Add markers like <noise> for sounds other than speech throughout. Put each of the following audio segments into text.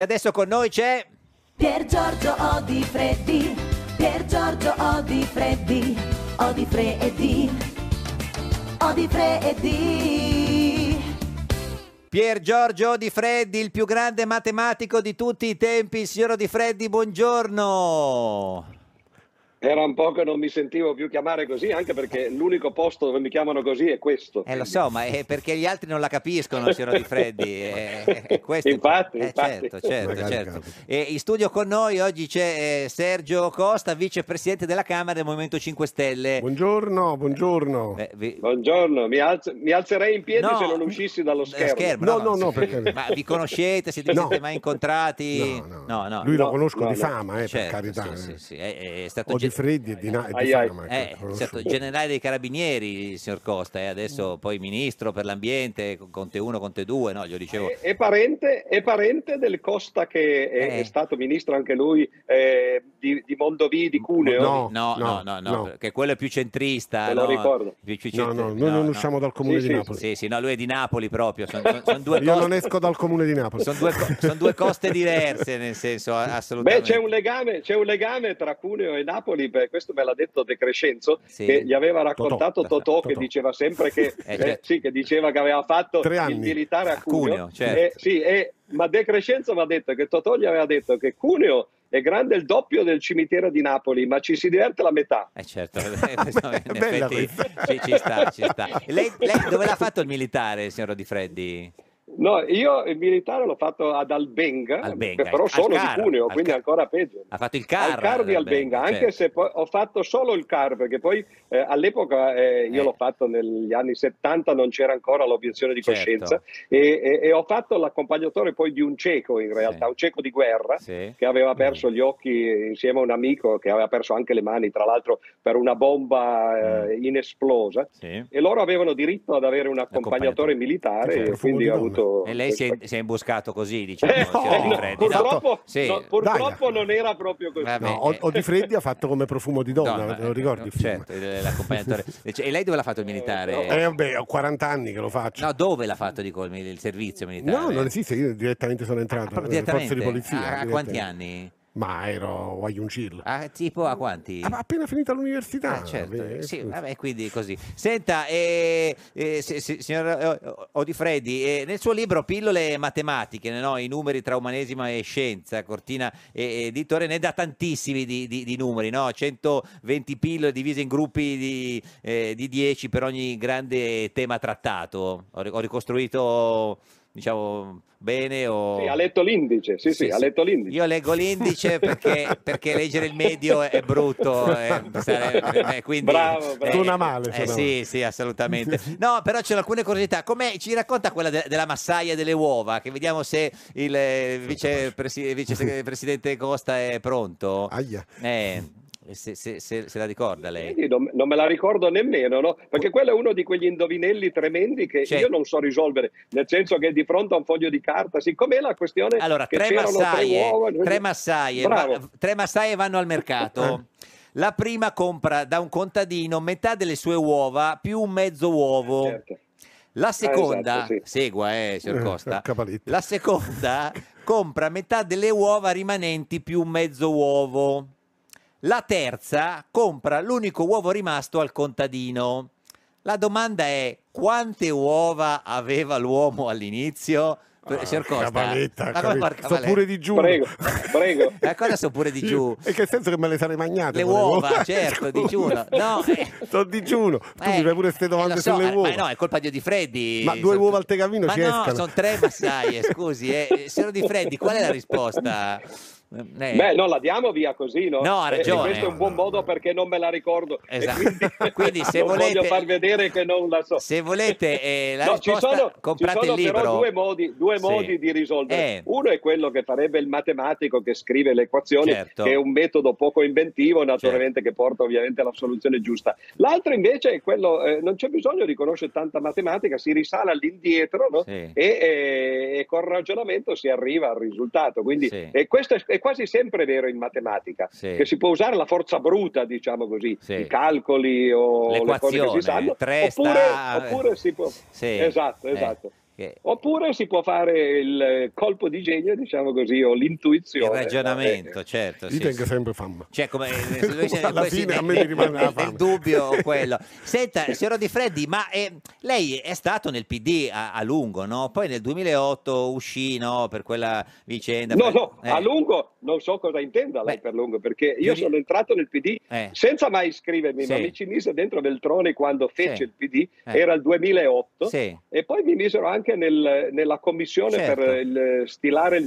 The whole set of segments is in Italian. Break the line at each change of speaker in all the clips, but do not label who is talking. E adesso con noi c'è...
Pier Giorgio Odi Freddi, Pier Giorgio Odi Freddi, Odi Freddi, Odi Freddi.
Pier Giorgio Di Freddi, il più grande matematico di tutti i tempi. Signor Di Freddi, buongiorno.
Era un po' che non mi sentivo più chiamare così, anche perché l'unico posto dove mi chiamano così è questo.
Eh lo so, ma è perché gli altri non la capiscono, signor Di Freddi. eh, eh, questo-
Infatti,
eh,
infatti.
Certo, certo,
Magari
certo.
capita.
E in studio con noi oggi c'è eh, Sergio Costa, vicepresidente della Camera del Movimento 5 Stelle.
Buongiorno, buongiorno.
Eh, vi-
Buongiorno, mi, alzo- mi alzerei in piedi
No,
se non uscissi dallo
dallo
schermo.
No,
no,
no, no,
sì.
perché-
Ma vi conoscete? Siete,
No.
siete mai incontrati?
No, no.
No, no.
Lui lo
No,
conosco
no,
di
no.
fama, eh,
Certo,
per carità.
sì,
eh.
sì, sì, È, è stato
O di
ge-
Freddi e di, na- e
Ai,
di
ai.
fama. ecco, che
Eh,
conosco.
certo, generale dei carabinieri, signor Costa, e adesso
Mm.
poi ministro per l'ambiente, Conte 1, Conte 2, no, glielo dicevo.
Eh,
È, è parente, è parente del Costa che è,
Eh.
è stato ministro anche lui eh, di, di Mondovì, di Cuneo.
No,
No, no, no,
no,
no,
no.
perché quello è più centrista.
Me lo
no?
ricordo.
Più- più
No,
centri-
no, noi non usciamo dal comune
Sì,
di
sì,
Napoli.
Sì, sì, no, lui è di Napoli proprio, sono due
<laughs> Io non
coste.
esco dal comune di Napoli.
Sono due, co- son due coste diverse,
<laughs>
nel senso, a-
Beh,
assolutamente.
c'è un, legame, c'è un legame tra Cuneo e Napoli, beh, questo me l'ha detto De Crescenzo,
Sì.
che gli aveva raccontato
Totò.
Totò, che
Totò.
diceva sempre che,
<laughs> Eh,
eh,
certo.
sì, che diceva che aveva fatto
Tre anni.
il militare
A
a
Cuneo,
Cuneo.
certo.
Eh, sì, eh, ma De Crescenzo mi ha detto che Totò gli aveva detto che Cuneo è grande il doppio del cimitero di Napoli, ma ci si diverte la metà.
Eh certo, <laughs> in
bella
effetti
questa.
ci, ci sta, ci sta. E Lei, lei dove l'ha fatto il militare, signor Di Freddi?
No, io il militare l'ho fatto ad Albenga,
Albenga,
che Eh, però
al-
sono
al CAR,
di Cuneo,
al
quindi
CAR.
ancora peggio.
Ha fatto il CAR.
al car di Albenga, anche
certo.
se poi ho fatto solo il car, perché poi eh, all'epoca eh, io
Eh.
l'ho fatto negli anni 70, non c'era ancora l'obiezione di
Certo.
coscienza e, e- e ho fatto l'accompagnatore poi di un cieco in realtà,
Sì. Mm.
un cieco di guerra
Sì.
che aveva perso gli occhi insieme a un amico che aveva perso anche le mani, tra l'altro per una bomba
Mm.
eh, inesplosa.
Sì.
E loro avevano diritto ad avere un
Accompagnatore.
accompagnatore militare,
Certo,
e
fumo
quindi
di
ho
donna.
avuto...
E lei si è, si è imboscato così, diciamo,
Eh,
signor
no,
Di Freddi. No,
purtroppo,
sì.
no, purtroppo
Dai,
non era proprio così.
Vabbè,
No, o, o di Freddi ha fatto come profumo di donna,
Donna,
te lo
eh,
ricordi? il film?
Certo, il- l'accompagnatore. E cioè, e lei dove l'ha fatto il
<laughs> Eh,
militare?
vabbè, ho 40 anni che lo faccio.
No, dove l'ha fatto dico, il, il servizio militare?
No, non esiste, io direttamente sono entrato
Ah, Proprio
nelle forze di
direttamente? Ah, A-
polizia.
A,
direttamente.
quanti anni?
Ma ero a Yuncil.
A, tipo a quanti?
Ah, ma appena finita l'università.
Ah, certo,
beh,
sì,
scusa.
vabbè, quindi così. Senta, eh, eh, se- se- signor eh, Odifreddi, eh, nel suo libro Pillole matematiche, no? i numeri tra umanesima e scienza, Cortina e editore, ne dà tantissimi di, di- di numeri, no? 120 pillole divise in gruppi di, eh, di 10 per ogni grande tema trattato. Ho, ri- ho ricostruito, diciamo, bene o...
Sì, ha letto l'indice, sì, sì,
Oh. Sì,
ha
sì.
letto l'indice.
Io leggo l'indice perché, perché leggere il medio è brutto. eh, sare- eh, quindi,
Bravo, bravo.
Suona male,
eh,
suona
sì,
male.
sì,
<laughs>
assolutamente. No, però c'erano alcune curiosità. Come ci racconta quella de- della massaia delle uova? Che vediamo se il eh, vicepresi- vicepresidente Costa è pronto.
Aia.
Eh, se, se- se- se la ricorda lei.
Quindi non, non me la ricordo nemmeno, no?
Oh.
perché quello è uno di quegli indovinelli tremendi che
Cioè-
io non so risolvere, nel senso che di fronte a un foglio di carta, siccome la questione
Allora,
che
tre
c'erano tre
massaie,
uova,
tre massaie,
Bravo. Eh.
va- tre massaie vanno al mercato. La prima compra da un contadino metà delle sue uova più un mezzo uovo.
Certo.
La seconda,
esatto, sì.
segua eh, signor
Eh,
Costa,
<laughs> Cavaletta.
la seconda compra metà delle uova rimanenti più un mezzo uovo. La terza compra l'unico uovo rimasto al contadino. La domanda è quante uova aveva l'uomo all'inizio? Eh,
Ah,
signor Costa,
Cavaletta,
ma come
Cavaletta.
porca
Sto
Valetta?
pure di giù.
Prego,
<laughs>
prego.
Ma cosa sono pure di giù?
E che senso che me le sarei magnate?
Le
volevo? <laughs>
uova, certo, digiuno. No, eh.
Sto digiuno. Tu
Eh,
mi fai pure queste domande
eh, lo so,
sulle
eh,
uova.
Ma no, eh, è colpa di Di Freddi.
Ma due
Sono-
uova al tegavino
ma
ci
no,
escano.
sono tre massaie,
<laughs>
scusi. Eh. Signor Di Freddi, qual è la risposta? Eh,
Beh, no, la diamo via così, no?
No, ha
E- e
ragione.
questo è un buon modo perché non me la ricordo. E
Esatto.
Quindi,
<laughs> Quindi se
<laughs> non
volete-
voglio far vedere che non la so.
Se volete eh, la
No,
risposta,
ci sono,
comprate
ci sono
il libro.
però due modi, due
Sì.
modi di risolvere.
Eh.
Uno è quello che farebbe il matematico che scrive le equazioni,
Certo.
che è un metodo poco inventivo, naturalmente, che porta ovviamente alla soluzione giusta. L'altro invece è quello, eh, non c'è bisogno di conoscere tanta matematica, si risale all'indietro no?
Sì.
e, eh, e col ragionamento si arriva al risultato. Quindi,
Sì.
e questo è, è quasi sempre vero in matematica,
Sì.
che si può usare la forza bruta, diciamo così,
Sì.
i calcoli o le cose che
L'equazione,
si sanno,
tre
oppure,
sta-
oppure si può...
Sì.
Esatto,
Eh.
esatto.
che-
Oppure si può fare il eh, colpo di genio, diciamo così, o l'intuizione.
il ragionamento,
Eh,
certo.
Io
sì,
tengo
sì.
sempre fame.
Cioè,
<laughs>
come
Alla
poi sì,
fine a
nel-
me mi rimane la
nel
fame.
eh, dubbio
<laughs>
quello. Senta, signora Di Freddi, ma eh, lei è stato nel PD a, a lungo, no? Poi nel 2008 uscì, no, per quella vicenda.
No,
per-
no,
eh.
a lungo non so cosa intenda lei
Beh,
per lungo, perché io
giuri-
sono entrato nel PD
Eh.
senza mai iscrivermi, ma
Sì.
mi ci mise dentro Veltroni quando fece
Sì.
il PD,
Eh.
era il 2008,
Sì.
e poi mi misero anche nel- nella commissione
Certo.
per il- stilare il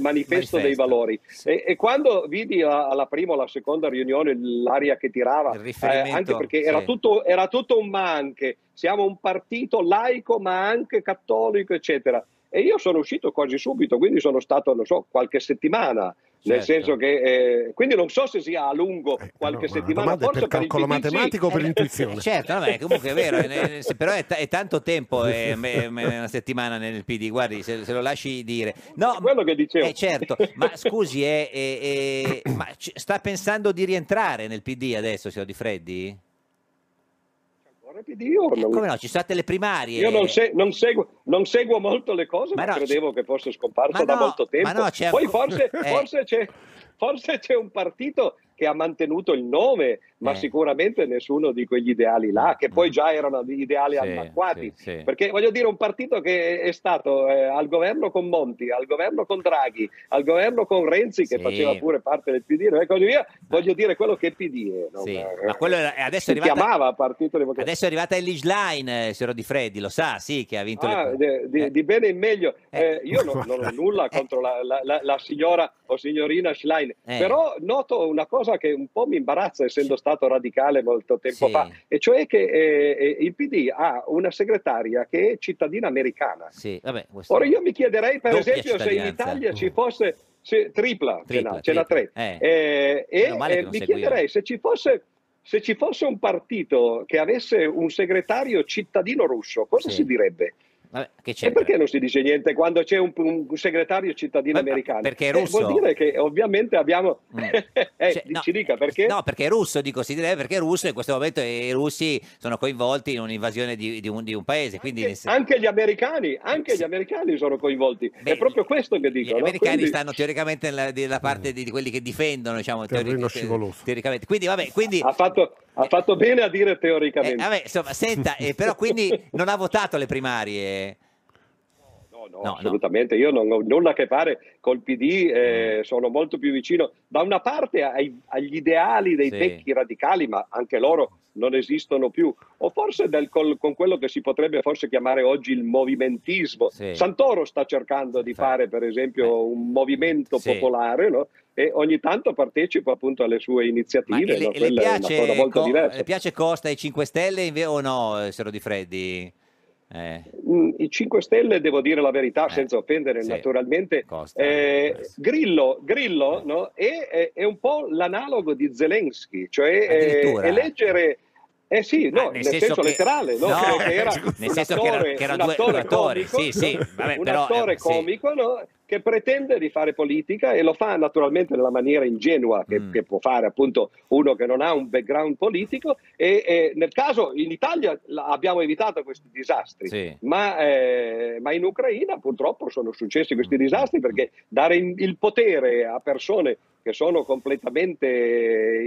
Manifesto.
manifesto, dei valori.
Sì.
E, e quando vidi la- alla prima o alla seconda riunione l'aria che tirava, eh,
Il riferimento,
anche perché era,
sì.
tutto, era tutto un ma anche, siamo un partito laico ma anche cattolico, eccetera. E io sono uscito quasi subito, quindi sono stato, non so, qualche settimana. Nel
Certo.
senso che, eh, quindi non so se sia a lungo
Eh,
Oh, qualche
no, ma la
settimana,
domanda è
forse
per calcolo
il PD sì.
matematico o per
Eh,
intuizione?
Certo,
<laughs>
vabbè, comunque è vero, eh, eh, se- però è, ta- è tanto tempo, eh, me- me- una settimana nel PD, guardi, se, se lo lasci dire. No,
È quello che dicevo.
Eh, certo, ma scusi, eh, eh, eh, ma ci- sta pensando di rientrare nel PD adesso, signor Di Freddi?
<laughs> Vorrei PD, io
Eh,
non-
come no, ci sono state le primarie.
Io non, se- non seguo, non seguo molto le cose,
Ma
ma,
no,
credevo
c-
che fosse
ma
scomparso da
no,
molto tempo.
ma no, c'è
Poi
ancora-
forse,
<laughs> Eh.
forse c'è, forse c'è un partito che ha mantenuto il nome, ma
Eh.
sicuramente nessuno di quegli ideali là, che poi già erano ideali
Sì,
anacquati.
sì, sì.
Perché voglio dire, un partito che è stato eh, al governo con Monti, al governo con Draghi, al governo con Renzi, che
Sì.
faceva pure parte del PD, no? e così via, voglio dire quello che PD è. no?
Sì,
Eh,
ma quello era- adesso è
si
arrivata-
chiamava Partito Democratico.
Adesso è arrivata Elish Line, eh, signor Di Freddi, lo sa, sì, che ha vinto
Ah,
le...
de- di,
Eh,
di bene in meglio.
Eh.
Eh, io non, non ho
<laughs>
nulla contro la, la- la- la signora o signorina Schlein,
Eh.
però noto una cosa che un po' mi imbarazza essendo stato radicale molto tempo
Sì.
fa, e cioè che eh, eh, il PD ha una segretaria che è cittadina americana.
Sì, vabbè, questo-
Ora io mi chiederei per
Doppia
esempio se in
cittadinanza. Uh.
Italia ci fosse se- tripla, ce
Tripla,
n'ha, ce n'ha
tripla.
tre,
Eh.
Eh, e
Meno male che
eh,
non
mi
seguivo.
chiederei se ci fosse... Se ci fosse un partito che avesse un segretario cittadino russo, cosa
Sì.
si direbbe?
vabbè, che
E
c'entra?
perché non si dice niente quando c'è un, un segretario cittadino
Ma- ma-
americano?
perché è
Eh,
russo.
vuol dire che ovviamente abbiamo...
Mm.
<laughs> eh,
Cioè,
di- ci dica perché?
No, perché è russo, dico, si direbbe perché è russo e in questo momento i russi sono coinvolti in un'invasione di, di un, di un paese, quindi...
anche,
nel sen-
anche gli americani, anche
Sì.
gli americani sono coinvolti.
Beh,
è proprio questo che
Gli
dico. no?
americani
Quindi-
stanno teoricamente nella, nella parte di, di quelli che difendono, diciamo,
Mm. Terreno
teori-
scivoloso.
teoricamente. Quindi, vabbè, quindi...
Ha fatto, ha fatto bene a dire
eh,
teoricamente.
vabbè, insomma, senta, eh, però
<laughs>
quindi non ha votato le primarie.
No, no,
No, no.
assolutamente. Io non ho nulla a che fare col PD, eh,
Mm.
sono molto più vicino da una parte ai- agli ideali dei
Sì.
vecchi radicali, ma anche loro non esistono più, o forse del- col- con quello che si potrebbe forse chiamare oggi il movimentismo.
Sì.
Santoro sta cercando di
Fa-
fare, per esempio, un movimento
Sì.
popolare, no? E ogni tanto partecipo appunto alle sue
Ma
iniziative,
e le,
no?
e le
Quella è una cosa
piace,
molto
Co-
diversa.
le piace Costa e 5 Stelle inve- o no, eh, Sero Di Freddi? Eh,
Mm, I 5 Stelle, devo dire la verità,
Eh,
senza offendere
sì.
naturalmente,
Costa, Eh.
eh,
questo.
Grillo, Grillo, no? è, è- è un po' l'analogo di Zelensky, cioè eh,
Addirittura.
eleggere... Eh sì, no,
Ah,
nel, senso,
che-
letterale, no?
no,
Che era
<laughs> nel
un
senso che
attore-
era- che erano
un
due
attore
attori,
comico,
sì, sì, vabbè,
un
però,
attore
eh, sì.
comico no? che pretende di fare politica e lo fa naturalmente nella maniera ingenua che,
Mm.
che può fare appunto uno che non ha un background politico e, e nel caso in Italia la- abbiamo evitato questi disastri,
Sì.
ma, eh, ma in Ucraina purtroppo sono successi questi
Mm.
disastri perché dare in- il potere a persone che sono completamente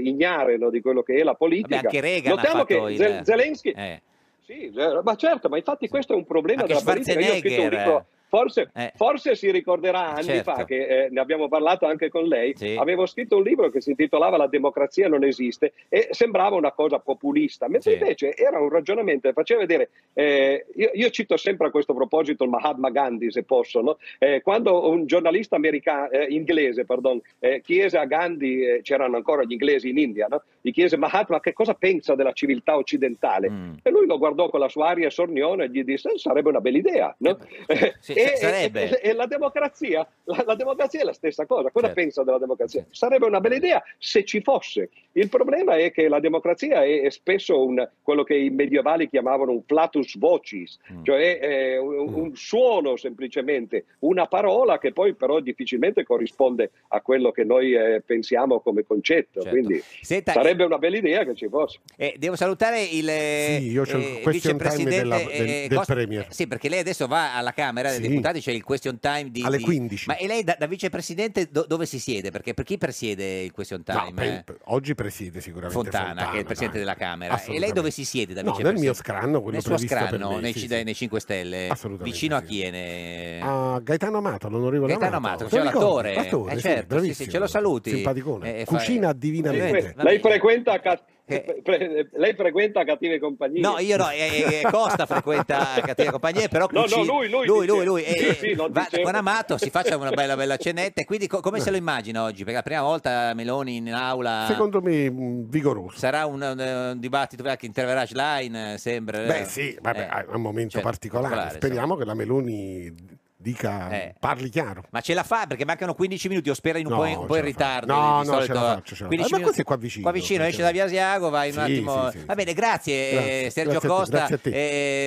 ignare no, di quello che è la politica.
Vabbè, anche Reagan ha
Notiamo
fatto
che
il-
Zel- Zelensky,
eh.
sì, eh, ma certo, ma infatti questo è un problema
Anche
della politica. Io ho scritto un
Schwarzenegger,
libro, forse,
eh.
forse si ricorderà anni
Certo.
fa, che eh, ne abbiamo parlato anche con lei,
Sì.
avevo scritto un libro che si intitolava La democrazia non esiste e sembrava una cosa populista, mentre
Sì.
invece era un ragionamento che faceva vedere, eh, io, io cito sempre a questo proposito il Mahatma Gandhi se posso, no? Eh, quando un giornalista america- eh, inglese pardon, eh, chiese a Gandhi, eh, c'erano ancora gli inglesi in India, no? gli chiese Mahatma che cosa pensa della civiltà occidentale.
Mm.
E lui lo guardò con la sua aria sornione e gli disse: "Eh, Sarebbe una bella idea. no?"
Eh, sì,
<laughs> e,
sa- sarebbe.
e- e la, democrazia, la, la democrazia è la stessa cosa. Cosa
Certo.
pensa della democrazia? Sarebbe una bella idea se ci fosse. Il problema è che la democrazia è, è spesso un- quello che i medievali chiamavano un flatus vocis,
Mm.
<laughs> cioè eh, un, un suono semplicemente, una parola che poi però difficilmente corrisponde a quello che noi eh, pensiamo come concetto.
Certo.
Quindi
Senta,
sarebbe una bella idea che ci fosse.
Eh, devo salutare il
Sì, io c'ho il
eh,
question time
vicepresidente
della- del- del
Costa-
Premier.
eh, Sì, perché lei adesso va alla Camera
Sì,
dei
Sì.
Deputati c'è il question time di...
<laughs> Alle
di-
15.
Ma e lei da, da vicepresidente do- dove si siede? Perché per chi presiede il question time?
No, per-
eh?
per- oggi presiede sicuramente
Fontana,
Fontana,
che è il presidente
dai.
della Camera. E lei
Assolutamente.
dove si siede da
No, nel
vicepresidente?
mio scranno, quello
Nel suo
previsto per
scranno,
me,
nei,
sì,
ci-
sì.
nei 5 Stelle.
Assolutamente
Vicino a
sì. Ah.
chi è? ne- eh?
A Gaetano Amato, l'onorevole
Gaetano Amato,
Amato.
che c'è
Te lo ricordi?
l'attore.
L'attore,
Eh,
sì,
certo, sì, sì,
bravissimo.
ce lo saluti.
Simpaticone.
Eh, fa-
Cucina
Ovviamente.
divinamente.
va
Lei
bene.
frequenta, ca-
Eh.
pre- pre- lei frequenta cattive compagnie?
No, io no, eh, eh, Costa frequenta Cattiva Compagnia, però
No, no,
cucina-
lui, lui
lui,
dice-
lui, lui, eh,
Sì, sì, lo
va
dicevo.
con Amato, si faccia una bella bella cenetta, e quindi co- come se lo immagina oggi? Perché la prima volta Meloni in aula
Secondo me mh, vigoroso.
sarà un, un- un dibattito che interverrà Schlein, eh, sembra.
Beh sì, vabbè, ah,
Eh,
è un momento
certo,
particolare. Speriamo che la Meloni dica,
Eh.
parli chiaro.
Ma ce la fa perché mancano 15 minuti, o spera in un
Certo. No,
po', in, un po' in
ce la fa.
ritardo.
No,
di
no,
solito.
ce la faccio, ce
15
la faccio. Ma
minuti-
questo è qua vicino,
Qua vicino, esce da
perché-
Via Asiago, vai un
Sì,
attimo.
sì, sì,
Va
sì.
bene, grazie eh,
Grazie,
Sergio
grazie a te,
Costa,
grazie a te.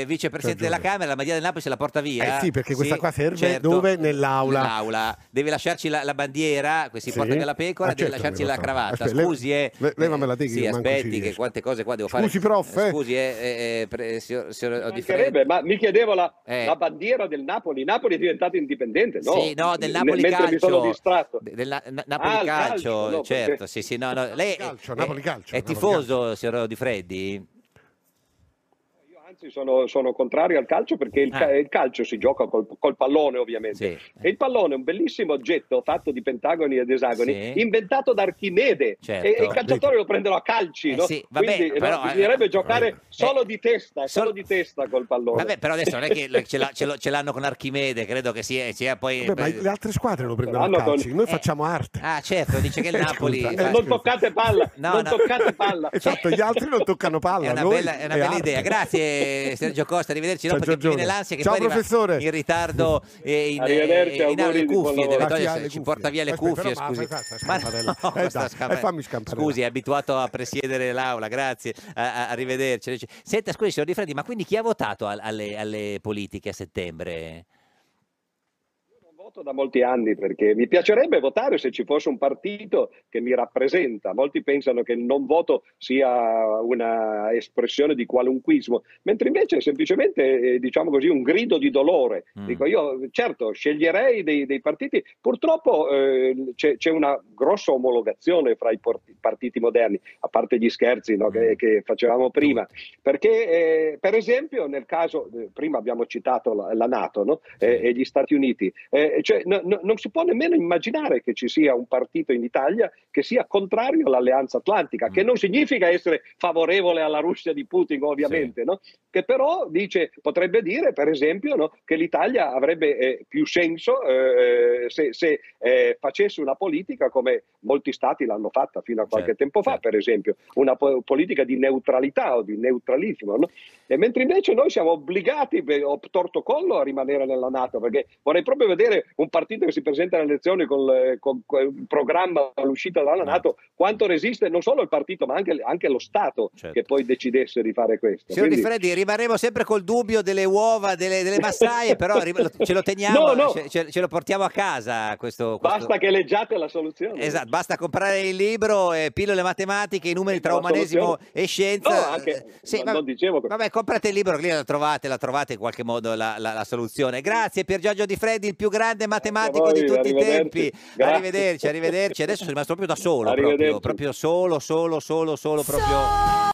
eh, vicepresidente
Sergio.
della Camera, la Madia del Napoli se la porta via. certo.
Eh sì, perché questa qua serve dove? Nell'aula.
Nell'aula. Deve lasciarci la, la bandiera, che si
Sì.
porta via la pecora,
Ah,
deve
certo,
lasciarci
me lo
la
so.
cravatta.
Aspetta,
Scusi, eh.
le- levamela te
eh,
che
Sì,
manco ci
aspetti che
riesco.
quante cose qua devo fare.
Scusi, prof, eh.
Scusi, eh, eh, pre- signor, signor Di
Mi mancherebbe, ma mi chiedevo la,
Eh.
la bandiera del Napoli. Napoli è diventato indipendente, no?
Sì, no, del
M-
Napoli
mentre
Calcio.
mi sono distratto.
De- del Na- Na- Napoli
Esatto. Ah,
Calcio,
il calcio, no,
certo,
perché-
sì, sì, no, no. Lei è,
Calcio,
è-
Napoli Calcio,
è
Napoli
tifoso, signor Di Freddi?
Io anzi sono, sono contrario al calcio perché il, ca-
Ah.
il calcio si gioca col, col pallone, ovviamente.
Sì.
Eh, E il pallone è un bellissimo oggetto fatto di pentagoni ed esagoni,
Sì.
inventato da Archimede.
Certo.
E, e i calciatori lo prendono a calci,
Eh
no?
sì, vabbè,
Quindi no,
però, eh,
bisognerebbe
eh,
giocare
eh.
solo di testa,
Sol-
solo di testa col pallone.
Vabbè, però adesso non è che lo- ce, l'ha- ce lo- ce l'hanno con Archimede, credo che sia, sia poi...
Beh, ma le altre squadre lo prendono a
Hanno col-
calci, noi
Eh.
facciamo arte.
Ah, certo, dice
<laughs>
che il Napoli...
Scusa, eh,
fa-
non toccate palla,
No,
non
no.
toccate palla.
<laughs> Esatto, gli altri non toccano palla.
È una
noi
bella, è una bella
arte.
idea, grazie Sergio Costa, arrivederci. No,
Ciao,
perché mi
Giorgione.
viene l'ansia che
Ciao,
poi arriva
professore.
in ritardo e in,
Arrivederci,
eh, in aula
auguri
le
di buon
cuffie,
lavoro.
deve
Ma chi
togliersi-
ha le
ci
cuffie?
porta via le
Aspetta,
cuffie.
però, ma
scusi,
fai- fai- scampanella.
no,
Eh,
sta
dai,
scampa-
eh, fammi scampanella.
Scusi, è abituato a presiedere l'aula, grazie, a- a- arrivederci. Senta, scusi, signor Di Freddi, ma quindi chi ha votato al- alle, alle politiche a settembre?
Non voto da molti anni perché mi piacerebbe votare se ci fosse un partito che mi rappresenta. Molti pensano che il non voto sia una espressione di qualunquismo, mentre invece è semplicemente, eh, diciamo così, un grido di dolore.
Mm.
Dico io, certo, sceglierei dei, dei partiti. Purtroppo eh, c'è, c'è una grossa omologazione fra i por- partiti moderni, a parte gli scherzi no, che- che facevamo prima. Perché, eh, per esempio, nel caso, eh, prima abbiamo citato la, la Nato no? Eh, e gli Stati Uniti, eh, cioè, no- no- non si può nemmeno immaginare che ci sia un partito in Italia che sia contrario all'alleanza atlantica, che
Mm.
non significa essere favorevole alla Russia di Putin, ovviamente, no? che però dice, potrebbe dire, per esempio, no, che l'Italia avrebbe eh, più senso eh, se, se, eh, facesse una politica come molti stati l'hanno fatta fino a qualche
Certo,
tempo fa,
certo.
per esempio, una po- politica di neutralità o di neutralismo. no? E mentre invece noi siamo obbligati, beh, o torto collo, a rimanere nella Nato, perché vorrei proprio vedere un partito che si presenta alle elezioni col, eh, con, con il programma all'uscita dalla
Certo.
Nato, quanto resiste non solo il partito, ma anche, anche lo Stato
Certo.
che poi decidesse di fare questo.
Signor Di
Quindi-
Freddi, rimarremo sempre col dubbio delle uova, delle, delle massaie, però ri- lo- ce lo teniamo,
<laughs> No, no.
Ce, ce- ce lo portiamo a casa questo... questo-
Basta che leggiate la soluzione.
Esatto, basta comprare il libro, eh, pillole matematiche, i numeri tra
La
umanesimo
soluzione.
e scienza. Eh,
No, anche- non- non dicevo che-
Vabbè, comprate il libro, lì la trovate, la trovate in qualche modo la, la- la soluzione. Grazie Pier Giorgio Di Freddi, il più grande matematico
voi,
di tutti i
arrivederci.
tempi.
Grazie.
Arrivederci, arrivederci. Adesso sono rimasto proprio da solo, proprio,
Arrivederci.
proprio solo, solo, solo, solo, proprio...